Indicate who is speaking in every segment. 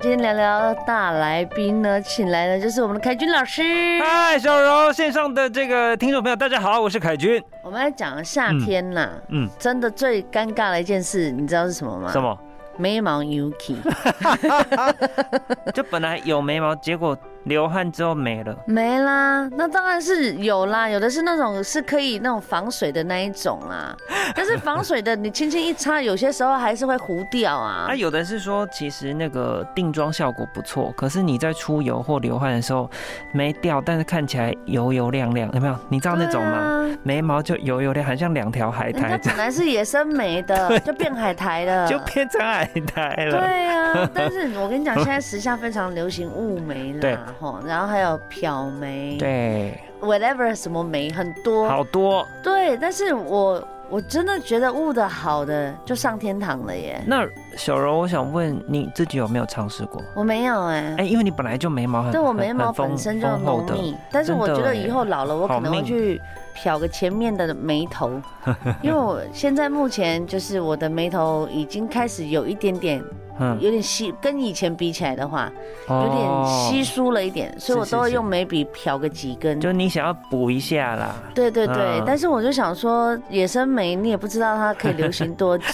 Speaker 1: 今天聊聊大来宾呢，请来的就是我们的凯君老师。
Speaker 2: 嗨，小柔，线上的这个听众朋友，大家好，我是凯军。
Speaker 1: 我们来讲夏天呐、
Speaker 2: 嗯，
Speaker 1: 真的最尴尬的一件事，你知道是什么吗？
Speaker 2: 什？么？
Speaker 1: 眉毛 Yuki，
Speaker 2: 就本来有眉毛，结果流汗之后没了。
Speaker 1: 没啦，那当然是有啦，有的是那种是可以那种防水的那一种 啦，但是防水的你轻轻一擦，有些时候还是会糊掉啊
Speaker 2: 啊，。有的是说，其实那个定妆效果不错，可是你在出油或流汗的时候没掉，但是看起来油油亮亮，有没有？你知道那种吗？哎
Speaker 1: 对啊？
Speaker 2: 眉毛就油油亮，很像两条海
Speaker 1: 啊人
Speaker 2: 苔
Speaker 1: 家
Speaker 2: 这
Speaker 1: 本
Speaker 2: 样，
Speaker 1: 来是野生眉 的，就变海苔了。
Speaker 2: 就变成海苔了。
Speaker 1: 对啊， 但是我跟你讲，现在时下非常流行雾眉
Speaker 2: 对
Speaker 1: 啦，吼，然后还有漂眉，
Speaker 2: 对，
Speaker 1: ，whatever 什么眉很多。
Speaker 2: 好多。
Speaker 1: 对，但是我我真的觉得悟的好的就上天堂了耶。
Speaker 2: 那小柔，我想问你自己有没有尝试过？
Speaker 1: 我没有哎、
Speaker 2: 哎，因为你本来就眉毛很，
Speaker 1: 对我
Speaker 2: 很
Speaker 1: 眉毛
Speaker 2: 很丰
Speaker 1: 本身就
Speaker 2: 丰厚
Speaker 1: 浓
Speaker 2: 的
Speaker 1: 密，但是我觉得以后老了，我可能会
Speaker 2: 好命
Speaker 1: 去漂个前面的眉头， 因为我现在目前就是我的眉头已经开始有一点点，
Speaker 2: 嗯，
Speaker 1: 有点稀，跟以前比起来的话，有点稀
Speaker 2: 哦，
Speaker 1: 疏了一点，所以我
Speaker 2: 是是
Speaker 1: 都会
Speaker 2: 是
Speaker 1: 用眉笔漂个几根。
Speaker 2: 就你想要补一下啦。
Speaker 1: 对对对，
Speaker 2: 嗯
Speaker 1: 但是我就想说，野生梅你也不知道它可以流行多 久，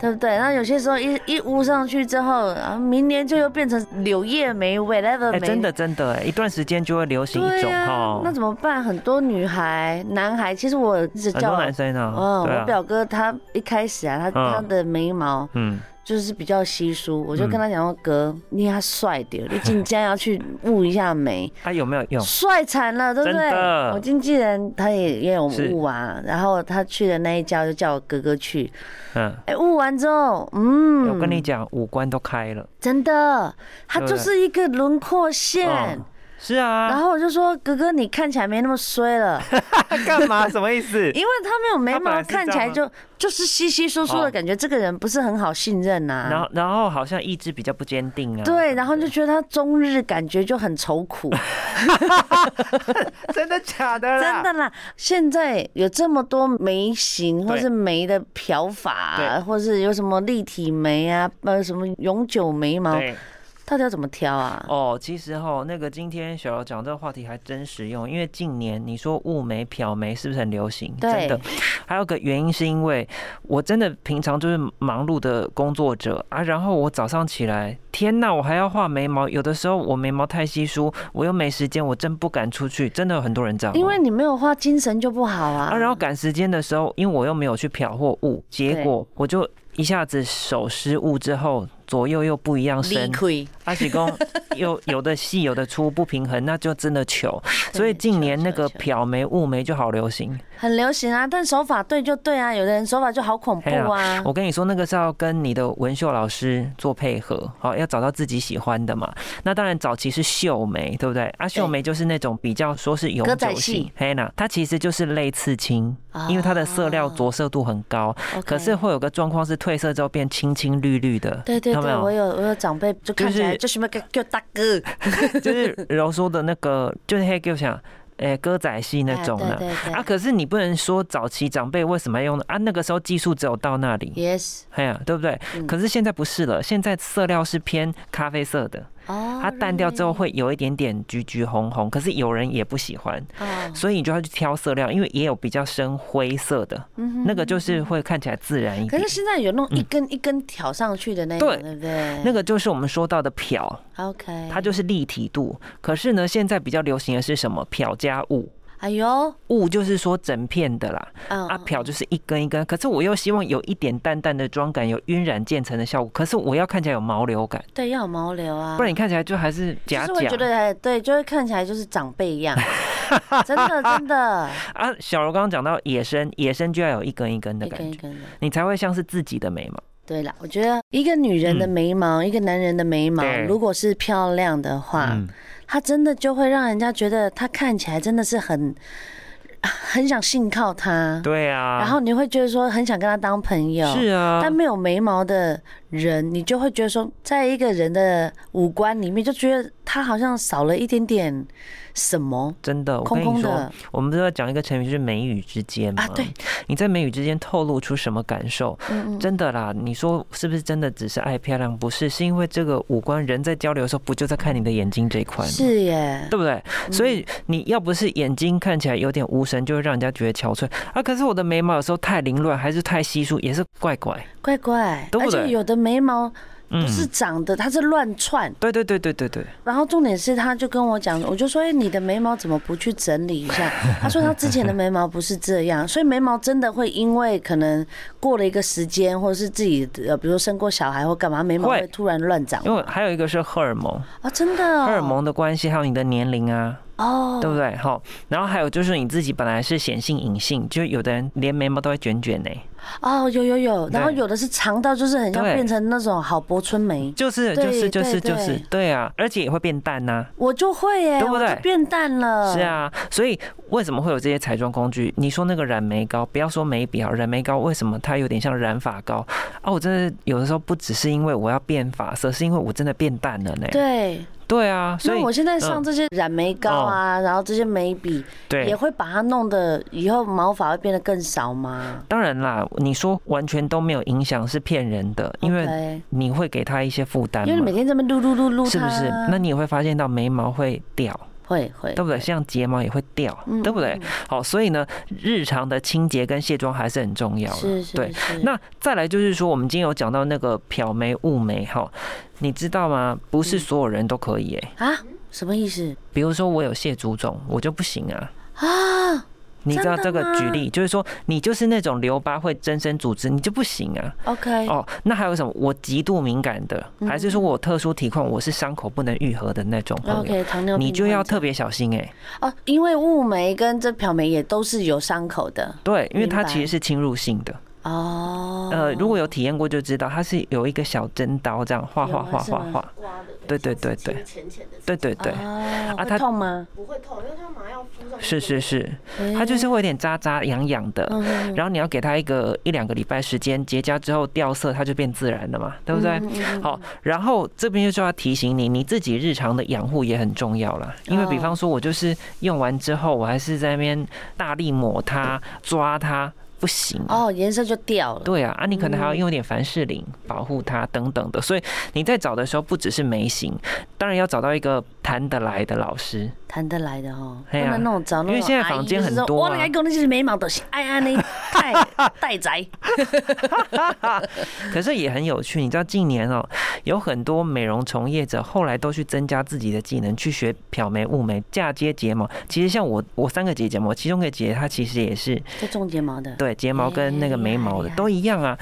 Speaker 1: 对不对？那有些时候一一捂上去之后，然后明年就又变成柳叶梅、whatever 梅，
Speaker 2: 哎，真的真的，哎，一段时间就会流行一
Speaker 1: 呃对
Speaker 2: 种
Speaker 1: 呀、
Speaker 2: 哈。
Speaker 1: 那怎么办？很多女孩、男孩，其实我一直
Speaker 2: 很
Speaker 1: 叫
Speaker 2: 多，男生呢，
Speaker 1: 嗯，
Speaker 2: 对
Speaker 1: 我
Speaker 2: 啊，
Speaker 1: 表哥他一开始啊，他、
Speaker 2: 嗯
Speaker 1: 他的眉毛
Speaker 2: 嗯，
Speaker 1: 就是比较稀疏，我就跟他讲说，哥，你还帅 点，你今天要去雾一下眉。
Speaker 2: 他啊有没有用？
Speaker 1: 帅惨了，对不对
Speaker 2: 真？的
Speaker 1: 我经纪人他也也有
Speaker 2: 是
Speaker 1: 误啊，然后他去的那一家就叫我哥哥去，
Speaker 2: 嗯，
Speaker 1: 哎，误完之后，嗯，
Speaker 2: 我跟你讲，五官都开了。
Speaker 1: 真的，他
Speaker 2: 对
Speaker 1: 就
Speaker 2: 不对
Speaker 1: 是一个轮廓线
Speaker 2: 嗯。是
Speaker 1: 然
Speaker 2: 啊，
Speaker 1: 后我就说：“哥哥，你看起来没那么衰了，
Speaker 2: 他干嘛？什么意思？
Speaker 1: 因为他没有眉
Speaker 2: 他本
Speaker 1: 毛，
Speaker 2: 来是这
Speaker 1: 看
Speaker 2: 样吗
Speaker 1: 起来就就是稀稀疏疏的
Speaker 2: 哦
Speaker 1: 感觉，这个人不是很好信任
Speaker 2: 然
Speaker 1: 呐。
Speaker 2: 后然后好像意志比较不坚定啊。
Speaker 1: 对，然后就觉得他终日感觉就很愁苦，
Speaker 2: 真的假的
Speaker 1: 真的啦，现在有这么多眉形或是眉的漂法、啊，
Speaker 2: 对
Speaker 1: 或是有什么立体眉啊，呃，什么永久眉毛，
Speaker 2: 对
Speaker 1: 到底要怎么挑啊？
Speaker 2: 哦，其实哈，那个今天小柔讲这个话题还真实用，因为近年你说雾眉、漂眉是不是很流行？
Speaker 1: 对
Speaker 2: 真的。还有个原因是因为我真的平常就是忙碌的工作者啊，然后我早上起来，天呐，我还要画眉毛，有的时候我眉毛太稀疏，我又没时间，我真不敢出去，真的有很多人这样哦。
Speaker 1: 因为你没有画，精神就不好
Speaker 2: 啊，
Speaker 1: 啊。
Speaker 2: 然后赶时间的时候，因为我又没有去漂或雾，结
Speaker 1: 对
Speaker 2: 果我就一下子手失误之后，左右又不一样
Speaker 1: 理
Speaker 2: 深，
Speaker 1: 亏，
Speaker 2: 阿 喜公有有的细有的粗不平衡，那就真的糗。所以近年那个
Speaker 1: 啊糗糗糗
Speaker 2: 漂眉雾眉就好流行。
Speaker 1: 很流行啊，但手法对就对啊，有的人手法就好恐怖啊。
Speaker 2: 哎我跟你说，那个是要跟你的文秀老师做配合，好要找到自己喜欢的嘛。那当然早期是秀眉，对不对？啊，秀眉就是那种比较说是永
Speaker 1: 歌仔
Speaker 2: 久
Speaker 1: 戏啊
Speaker 2: 性，嘿呐，它其实就是类刺青，因为它的色料着色度很高，
Speaker 1: OK
Speaker 2: 可是会有个状况是褪色之后变青青绿绿的，
Speaker 1: 对对
Speaker 2: 有没
Speaker 1: 对，
Speaker 2: 有
Speaker 1: 我有我有长辈就看起来
Speaker 2: 就是
Speaker 1: 就是那个叫大哥
Speaker 2: 就是柔说的那个，就是黑给我想，诶、歌仔戏那种
Speaker 1: 哎
Speaker 2: 的。
Speaker 1: 对对
Speaker 2: 啊，
Speaker 1: 对
Speaker 2: 可是你不能说早期长辈为什么要用呢？啊？那个时候技术只有到那里，
Speaker 1: ，yes，
Speaker 2: 哎呀，对不对？
Speaker 1: 嗯
Speaker 2: 可是现在不是了，现在色料是偏咖啡色的，
Speaker 1: 哦，
Speaker 2: 它淡掉之后会有一点点橘橘红红，可是有人也不喜欢，
Speaker 1: 哦，
Speaker 2: 所以你就要去挑色料，因为也有比较深灰色的，那个就是会看起来自然一
Speaker 1: 嗯可
Speaker 2: 点
Speaker 1: 是。现在有那种一根一根挑上去的那种，
Speaker 2: 对
Speaker 1: 对不对？
Speaker 2: 那个就是我们说到的漂，
Speaker 1: OK，
Speaker 2: 它就是立体度。可是呢，现在比较流行的是什么？漂加雾。
Speaker 1: 哎呦，
Speaker 2: 雾就是说整片的啦，
Speaker 1: 嗯，
Speaker 2: 啊漂就是一根一根，可是我又希望有一点淡淡的妆感，有晕染渐层的效果，可是我要看起来有毛流感，
Speaker 1: 对，要有毛流啊，
Speaker 2: 不然你看起来就还是
Speaker 1: 就
Speaker 2: 假
Speaker 1: 是会觉
Speaker 2: 假
Speaker 1: 得哎对，就会看起来就是长辈一样， 真的真的，
Speaker 2: 啊。小柔刚刚讲到野生，野生就要有一根一根的
Speaker 1: 一根
Speaker 2: 感
Speaker 1: 一
Speaker 2: 觉，
Speaker 1: 根的。
Speaker 2: 你才会像是自己的眉毛。
Speaker 1: 对了，我觉得一个女人的眉毛，一个男人的眉毛，
Speaker 2: 嗯对
Speaker 1: 如果是漂亮的话，
Speaker 2: 嗯
Speaker 1: 她真的就会让人家觉得她看起来真的是很很想信靠他，
Speaker 2: 对啊，
Speaker 1: 然后你会觉得说很想跟他当朋友，
Speaker 2: 是啊，
Speaker 1: 但没有眉毛的人，你就会觉得说，在一个人的五官里面，就觉得他好像少了一点点什么，
Speaker 2: 真的，我
Speaker 1: 空
Speaker 2: 跟
Speaker 1: 空
Speaker 2: 你说，
Speaker 1: 的
Speaker 2: 我们都要讲一个成语，就是眉宇之间嘛。
Speaker 1: 啊。对，，
Speaker 2: 你在眉宇之间透露出什么感受？
Speaker 1: 嗯嗯，
Speaker 2: 真的啦，你说是不是真的只是爱漂亮？不是，是因为这个五官，人在交流的时候，不就在看你的眼睛这一块吗？
Speaker 1: 是耶，
Speaker 2: 对不对？
Speaker 1: 嗯
Speaker 2: 所以你要不是眼睛看起来有点无神，就会让人家觉得憔悴啊。可是我的眉毛有时候太凌乱，还是太稀疏，也是怪怪。
Speaker 1: 嗯怪怪，
Speaker 2: 对
Speaker 1: 而
Speaker 2: 不对
Speaker 1: 且有的眉毛
Speaker 2: 嗯
Speaker 1: 不是长的，它是乱窜。
Speaker 2: 对对对对对对，
Speaker 1: 然后重点是，他就跟我讲，我就说，哎，你的眉毛怎么不去整理一下？ 他说他之前的眉毛不是这样，所以眉毛真的会因为可能过了一个时间，或者是自己呃，比如说生过小孩或干嘛，眉毛
Speaker 2: 会
Speaker 1: 会突然乱长
Speaker 2: 因为还有一个是荷尔蒙，
Speaker 1: 啊，真的哦、
Speaker 2: 荷尔蒙的关系，还有你的年龄啊，
Speaker 1: 哦，
Speaker 2: 对不对？好，然后还有就是你自己本来是显性隐性，就有的人连眉毛都会卷卷呢、
Speaker 1: 哦，有有有，然后
Speaker 2: 对
Speaker 1: 有的是长到就是很像
Speaker 2: 对
Speaker 1: 变成那种好薄春梅，
Speaker 2: 就是
Speaker 1: 对
Speaker 2: 就是就是
Speaker 1: 对
Speaker 2: 就是
Speaker 1: 对，
Speaker 2: 对啊，而且也会变淡啊呐、
Speaker 1: 我就会耶，
Speaker 2: 对不对
Speaker 1: 我就变淡了，
Speaker 2: 是，啊，所以为什么会有这些彩妆工具？你说那个染眉膏，不要说眉笔啊，染眉膏为什么它有点像染发膏啊？我真的有的时候不只是因为我要变发色，是因为我真的变淡了呢。
Speaker 1: 对。
Speaker 2: 对啊，所
Speaker 1: 那
Speaker 2: 以嗯
Speaker 1: 我现在上这些染眉膏啊，然后这些眉笔，也
Speaker 2: 对。
Speaker 1: 会把它弄得以后毛发会变得更少吗？
Speaker 2: 当然啦，你说完全都没有影响是骗人的，因为
Speaker 1: OK
Speaker 2: 你会给它一些负担
Speaker 1: 因为你
Speaker 2: 嘛
Speaker 1: 每，天这么撸撸撸撸它，
Speaker 2: 是不是？那你也会发现到眉毛会掉，
Speaker 1: 会会
Speaker 2: 对不对？像睫毛也会掉，
Speaker 1: 嗯
Speaker 2: 对不对
Speaker 1: 嗯？
Speaker 2: 好，所以呢，日常的清洁跟卸妆还是很重要的。
Speaker 1: 是是
Speaker 2: 对
Speaker 1: 是
Speaker 2: 那再来就是说，我们今天有讲到那个漂眉、雾眉哈，你知道吗？不
Speaker 1: 嗯
Speaker 2: 是所有人都可以诶、
Speaker 1: 啊，什么意思
Speaker 2: 比如说我有蟹足肿，我就不行啊。
Speaker 1: 啊？
Speaker 2: 你知道这
Speaker 1: 真的
Speaker 2: 个
Speaker 1: 吗
Speaker 2: 举例，就是说你就是那种留疤会增生组织，你就不行啊。
Speaker 1: OK，
Speaker 2: 哦，那还有什么？我极度敏感的，
Speaker 1: 哎嗯
Speaker 2: 还是说我有特殊体况，我是伤口不能愈合的那种朋
Speaker 1: 哦
Speaker 2: 友
Speaker 1: OK，糖尿病
Speaker 2: 你就要
Speaker 1: 患者
Speaker 2: 特别小心诶、
Speaker 1: 哦，因为雾眉跟这漂眉也都是有伤口的
Speaker 2: 对，因为它
Speaker 1: 明白
Speaker 2: 其实是侵入性的。
Speaker 1: 哦。
Speaker 2: 呃，如果有体验过就知道，它是有一个小针刀这样画
Speaker 1: 有
Speaker 2: 画
Speaker 1: 吗
Speaker 2: 画
Speaker 1: 是
Speaker 2: 画
Speaker 1: 吗
Speaker 2: 画，
Speaker 3: 刮的，
Speaker 2: 对对对
Speaker 3: 像
Speaker 2: 对
Speaker 3: 是浅浅的，
Speaker 2: 对，对对，
Speaker 1: 啊
Speaker 2: 啊
Speaker 1: 会
Speaker 2: 它
Speaker 1: 痛吗？
Speaker 3: 不会痛，因为它麻药敷上去
Speaker 2: 是是是，
Speaker 1: 哎
Speaker 2: 它就是会有点扎扎痒痒的。
Speaker 1: 嗯 嗯
Speaker 2: 然后你要给它一个一两个礼拜时间结痂之后掉色，它就变自然了嘛，对不对？
Speaker 1: 嗯嗯嗯
Speaker 2: 好，然后这边就要提醒你，你自己日常的养护也很重要啦。因为比
Speaker 1: 哦
Speaker 2: 方说，我就是用完之后，我还是在那边大力抹它、抓它，不行啊。
Speaker 1: 哦，嗯颜色就掉了。
Speaker 2: 对啊，啊，你可能还要用一点凡士林保护它等等的，所以你在找的时候不只是眉形，当然要找到一个谈得来的老师。
Speaker 1: 谈得来的哦，不
Speaker 2: 哎呀
Speaker 1: 能那种找那种
Speaker 2: 因为现在坊间很多
Speaker 1: 阿姨就是说我
Speaker 2: 啊
Speaker 1: 来讲那些眉毛都是哎呀你太 太宅
Speaker 2: 可是也很有趣，你知道近年哦、有很多美容从业者后来都去增加自己的技能，去学漂眉、雾眉、嫁接睫毛。其实像我，我三个姐睫毛，其中一个姐她其实也是
Speaker 1: 在种睫毛的，
Speaker 2: 对睫毛跟那个眉毛的
Speaker 1: 哎
Speaker 2: 都一样啊。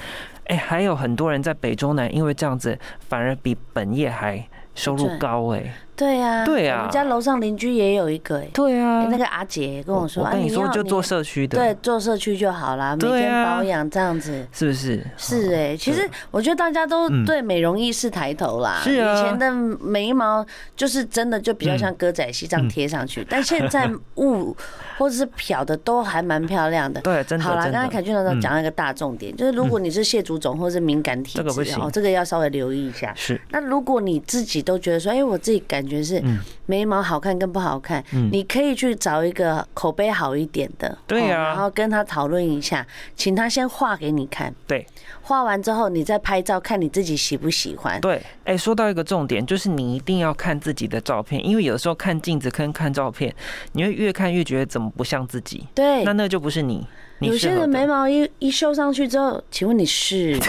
Speaker 2: 哎、还有很多人在北中南因为这样子，反而比本业还收入
Speaker 1: 对
Speaker 2: 高哎、
Speaker 1: 对呀
Speaker 2: 对呀
Speaker 1: 我们家楼上邻居也有一个哎，
Speaker 2: 对啊
Speaker 1: 哎那个阿姐跟
Speaker 2: 我
Speaker 1: 我说，
Speaker 2: 我跟
Speaker 1: 啊
Speaker 2: 你说，
Speaker 1: 要
Speaker 2: 就做
Speaker 1: 你
Speaker 2: 社区的，
Speaker 1: 对，做社区就好啦，每
Speaker 2: 对
Speaker 1: 天
Speaker 2: 啊
Speaker 1: 保养这样子。
Speaker 2: 是不是？
Speaker 1: 是
Speaker 2: 哦
Speaker 1: 哎、其实我觉得大家都
Speaker 2: 嗯
Speaker 1: 对美容意识抬头啦。
Speaker 2: 是啊
Speaker 1: 以前的眉毛就是真的就比较
Speaker 2: 嗯
Speaker 1: 像歌仔戏这样贴上去，但现在雾或者是漂的都还蛮漂亮的。
Speaker 2: 对， 真的
Speaker 1: 好啦，
Speaker 2: 真
Speaker 1: 刚才
Speaker 2: 的。
Speaker 1: 凯俊老师讲了一个大重点，就是如果你是蟹足肿或是敏感体
Speaker 2: 这个不
Speaker 1: 质，
Speaker 2: 行
Speaker 1: 哦，这个要稍微留意一下。
Speaker 2: 是
Speaker 1: 那如果你自己都觉得说，哎、我自己感觉是
Speaker 2: 嗯
Speaker 1: 眉毛好看跟不好看，
Speaker 2: 嗯
Speaker 1: 你可以去找一个口碑好一点的，
Speaker 2: 对
Speaker 1: 哦
Speaker 2: 啊
Speaker 1: 然后跟他讨论一下，请他先画给你看，
Speaker 2: 对
Speaker 1: 画完之后你再拍照看你自己喜不喜欢。
Speaker 2: 对，哎、说到一个重点，就是你一定要看自己的照片，因为有的时候看镜子跟看照片，你会越看越觉得怎么不像自己，
Speaker 1: 对
Speaker 2: 那，那就不是你。你
Speaker 1: 哎有
Speaker 2: 适
Speaker 1: 些
Speaker 2: 合
Speaker 1: 人眉
Speaker 2: 的
Speaker 1: 毛一一修上去之后，请问你 是？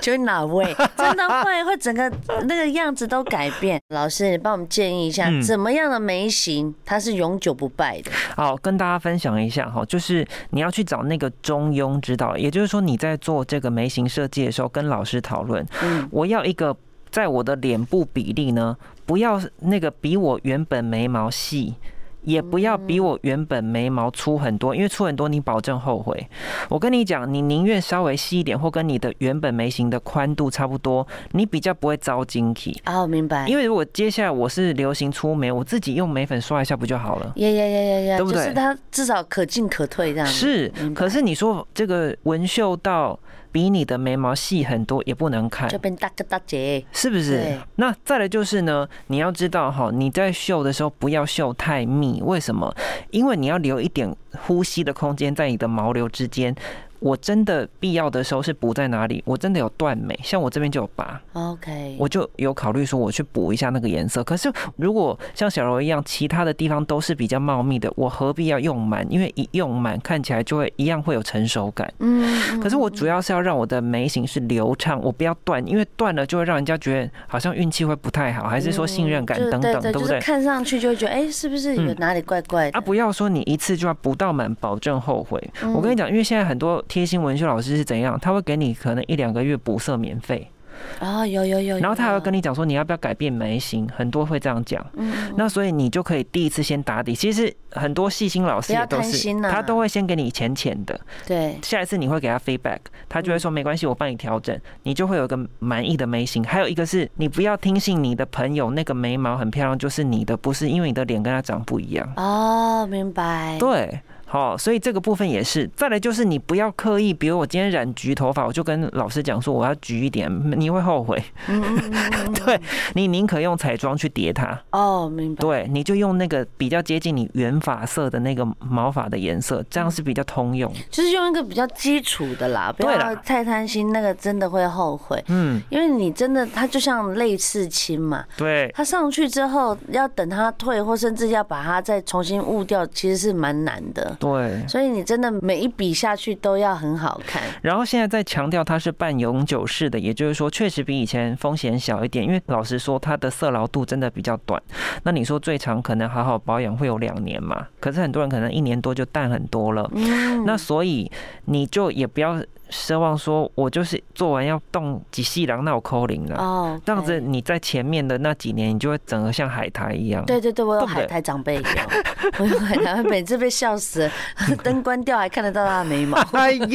Speaker 1: 请问哪位？真的会会整个那个样子都改变。老师，你帮我们建议一下，
Speaker 2: 嗯
Speaker 1: 怎么样的眉形它是永久不败的？
Speaker 2: 好，跟大家分享一下哈，就是你要去找那个中庸之道，也就是说你在做这个眉形设计的时候，跟老师讨论，
Speaker 1: 嗯，
Speaker 2: 我要一个在我的脸部比例呢，不要那个比我原本眉毛细。也不要比我原本眉毛粗很多，因为粗很多你保证后悔。我跟你讲，你宁愿稍微细一点，或跟你的原本眉形的宽度差不多，你比较不会遭惊体。
Speaker 1: 哦，明白。
Speaker 2: 因为如果接下来我是流行粗眉，我自己用眉粉刷一下不就好了？
Speaker 1: 呀呀呀呀呀，
Speaker 2: 对不
Speaker 1: 就
Speaker 2: 对
Speaker 1: 是它至少可进可退这样子。
Speaker 2: 是
Speaker 1: 嗯明，白
Speaker 2: 可是你说这个纹绣到比你的眉毛细很多，也不能看
Speaker 1: 就。变大哥大姐。
Speaker 2: 是不
Speaker 1: 对
Speaker 2: 是？那再来就是呢，你要知道哈，你在绣的时候不要绣太密，为什么？因为你要留一点呼吸的空间在你的毛流之间。我真的必要的时候是补在哪里？我真的有断眉，像我这边就有拔，
Speaker 1: OK，
Speaker 2: 我就有考虑说我去补一下那个颜色。可是如果像小柔一样，其他的地方都是比较茂密的，我何必要用满？因为一用满看起来就会一样会有成熟感。
Speaker 1: 嗯，
Speaker 2: 可是我主要是要让我的眉形是流畅，我不要断，因为断了就会让人家觉得好像运气会不太好，还
Speaker 1: 还
Speaker 2: 是说信任感等等，
Speaker 1: 嗯对
Speaker 2: 对不
Speaker 1: 就是
Speaker 2: 对？
Speaker 1: 看上去就会觉得，哎，是不是有
Speaker 2: 嗯
Speaker 1: 哪里怪怪的？
Speaker 2: 啊，不要说你一次就要不到满，保证后悔。
Speaker 1: 嗯
Speaker 2: 我跟你讲，因为现在很多贴心文学老师是怎样，他会给你可能一两个月补色免费，
Speaker 1: 哦，有有有，
Speaker 2: 然后他还会跟
Speaker 1: 你，
Speaker 2: 你讲说你要不要改变眉形，很多会这样讲。
Speaker 1: 嗯，
Speaker 2: 那所以你就可以第一次先打底。其实很多细心老师
Speaker 1: 不要
Speaker 2: 也都
Speaker 1: 贪
Speaker 2: 是
Speaker 1: 心，呐啊
Speaker 2: 他都会先给你浅浅的，
Speaker 1: 对，
Speaker 2: 下一次你会给他 feedback，他就会说没关系，我帮你调整，你就会有一个满意的眉形。还有一个是你不要听信你的朋友，那个眉毛很漂亮就是你的，不是因为你的脸跟他长不一样。
Speaker 1: 哦，明白，
Speaker 2: 对，好，所以这个部分也是。再来就是你不要刻意，比如我今天染橘头发，我就跟老师讲说我要橘一点，你会后悔。
Speaker 1: 嗯，嗯嗯嗯嗯
Speaker 2: 对你宁可用彩妆去叠它，
Speaker 1: 哦，明白，
Speaker 2: 对，你就用那个比较接近你原发色的那个毛发的颜色，这样是比较通用。
Speaker 1: 就是用一个比较基础的啦，不
Speaker 2: 对
Speaker 1: 要
Speaker 2: 啦
Speaker 1: 太贪心，那个真的会后悔，
Speaker 2: 嗯，
Speaker 1: 因为你真的，它就像类似亲嘛，
Speaker 2: 对。
Speaker 1: 它上去之后要等它退，或甚至要把它再重新雾掉，其实是蛮难的。
Speaker 2: 对，
Speaker 1: 所以你真的每一笔下去都要很好看，
Speaker 2: 然后现在在强调它是半永久式的，也就是说，确实比以前风险小一点。因为老实说，它的色牢度真的比较短。那你说最长可能好好保养会有两年嘛？可是很多人可能一年多就淡很多了。
Speaker 1: 嗯，
Speaker 2: 那所以你就也不要奢望说，我就是做完要动几细囊，那我扣零了。
Speaker 1: 哦，
Speaker 2: 这样子你在前面的那几年，你就会整个像海苔一样。
Speaker 1: 对对对，我有
Speaker 2: 对不对
Speaker 1: 海苔长辈有， 我有海苔，每次被笑死 了，灯关掉还看得到他的眉毛，
Speaker 2: 哎呦，
Speaker 1: 因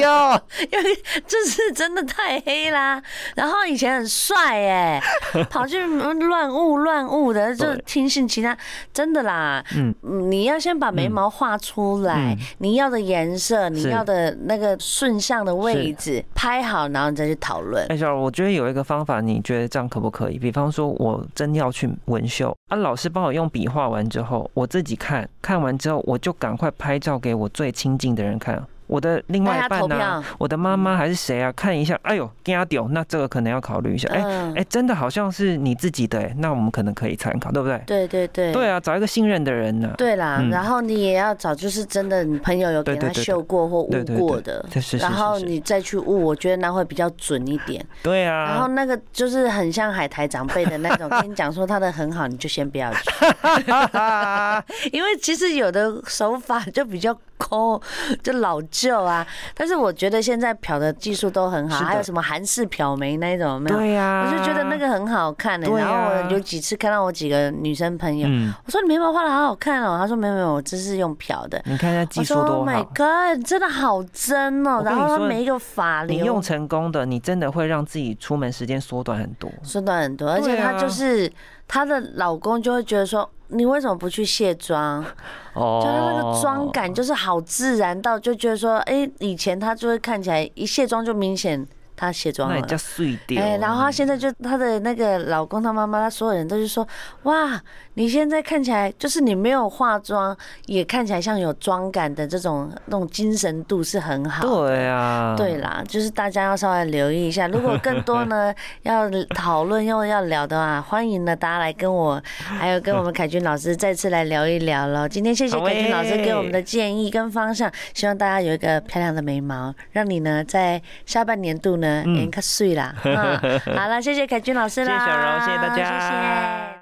Speaker 1: 为这是真的太黑啦。然后以前很帅哎、跑去乱雾乱雾的，就
Speaker 2: 对
Speaker 1: 听信其他，真的啦。
Speaker 2: 嗯，
Speaker 1: 你要先把眉毛画出来，
Speaker 2: 嗯
Speaker 1: 你要的颜色，你
Speaker 2: 是
Speaker 1: 要的那个顺向的位置拍好，然后你再去讨论。
Speaker 2: 哎，小柔，我觉得有一个方法，你觉得这样可不可以？比方说，我真要去纹绣啊，老师帮我用笔画完之后，我自己看看完之后，我就赶快拍照给我最亲近的人看。我的另外
Speaker 1: 大
Speaker 2: 一
Speaker 1: 家投
Speaker 2: 半呢、
Speaker 1: 票
Speaker 2: 我的妈妈还是谁啊？看一下，哎呦，嘎丢，那这个可能要考虑一下。哎、
Speaker 1: 嗯
Speaker 2: 哎、真的好像是你自己的、哎，那我们可能可以参考，对不对？
Speaker 1: 对对对，
Speaker 2: 对啊，找一个信任的人呢、
Speaker 1: 对啦，
Speaker 2: 嗯
Speaker 1: 然后你也要找，就是真的你朋友有给
Speaker 2: 对对
Speaker 1: 他
Speaker 2: 对对
Speaker 1: 秀过或
Speaker 2: 对
Speaker 1: 悟
Speaker 2: 对
Speaker 1: 过
Speaker 2: 对
Speaker 1: 的，
Speaker 2: 是是是
Speaker 1: 然后
Speaker 2: 是
Speaker 1: 你再去悟，我觉得那会比较准一点。
Speaker 2: 对
Speaker 1: 然后
Speaker 2: 啊，
Speaker 1: 那个就是很像海苔长辈的那种，跟你讲说他的很好，你就先不要去，因为其实有的手法 就比较抠，就老旧啊。但是我觉得现在漂的技术都很好，
Speaker 2: 是的
Speaker 1: 还有什么韩式漂眉那一种有没有？
Speaker 2: 对啊呀、
Speaker 1: 我就觉得那个很好看的、
Speaker 2: 对
Speaker 1: 然后
Speaker 2: 啊
Speaker 1: 我有几次看到我几个女生朋友，
Speaker 2: 嗯，
Speaker 1: 我说你眉毛画的好好看哦，她说没有没有，我这是用漂的。
Speaker 2: 你看一下
Speaker 1: 我
Speaker 2: 技术
Speaker 1: 说
Speaker 2: 多
Speaker 1: Oh my
Speaker 2: 好。
Speaker 1: god，真的好真哦！
Speaker 2: 我跟
Speaker 1: 然后
Speaker 2: 你
Speaker 1: 它
Speaker 2: 说
Speaker 1: 每一个法
Speaker 2: 你
Speaker 1: 流，
Speaker 2: 用成功的，你真的会让自己出门时间缩短很多。
Speaker 1: 缩短很多，而且
Speaker 2: 对啊
Speaker 1: 她就是她的老公就会觉得说，你为什么不去卸妆？
Speaker 2: 哦
Speaker 1: 就她那个妆，感就是好自然到就觉得说，哎，以前她就会看起来一卸妆就明显她卸妆
Speaker 2: 那
Speaker 1: 了
Speaker 2: 你。叫碎掉。
Speaker 1: 哎，然后她现在就她的那个老公、她妈妈、她所有人都是说，哇，你现在看起来就是你没有化妆，也看起来像有妆感的这种那种精神度是很好的。
Speaker 2: 对啊，
Speaker 1: 对啦，就是大家要稍微留意一下。如果更多 呢要讨论又要聊的话，欢迎呢大家来跟我，还有跟我们凯军老师再次来聊一聊喽。今天谢谢
Speaker 2: 好
Speaker 1: 凯军老师给我
Speaker 2: 欸
Speaker 1: 们的建议跟方向，希望大家有一个漂亮的眉毛，让你呢在下半年度呢
Speaker 2: 嗯
Speaker 1: 年可碎啦。嗯好了，谢谢凯军老师
Speaker 2: 谢谢
Speaker 1: 啦，
Speaker 2: 小柔，谢谢大家，
Speaker 1: 谢谢。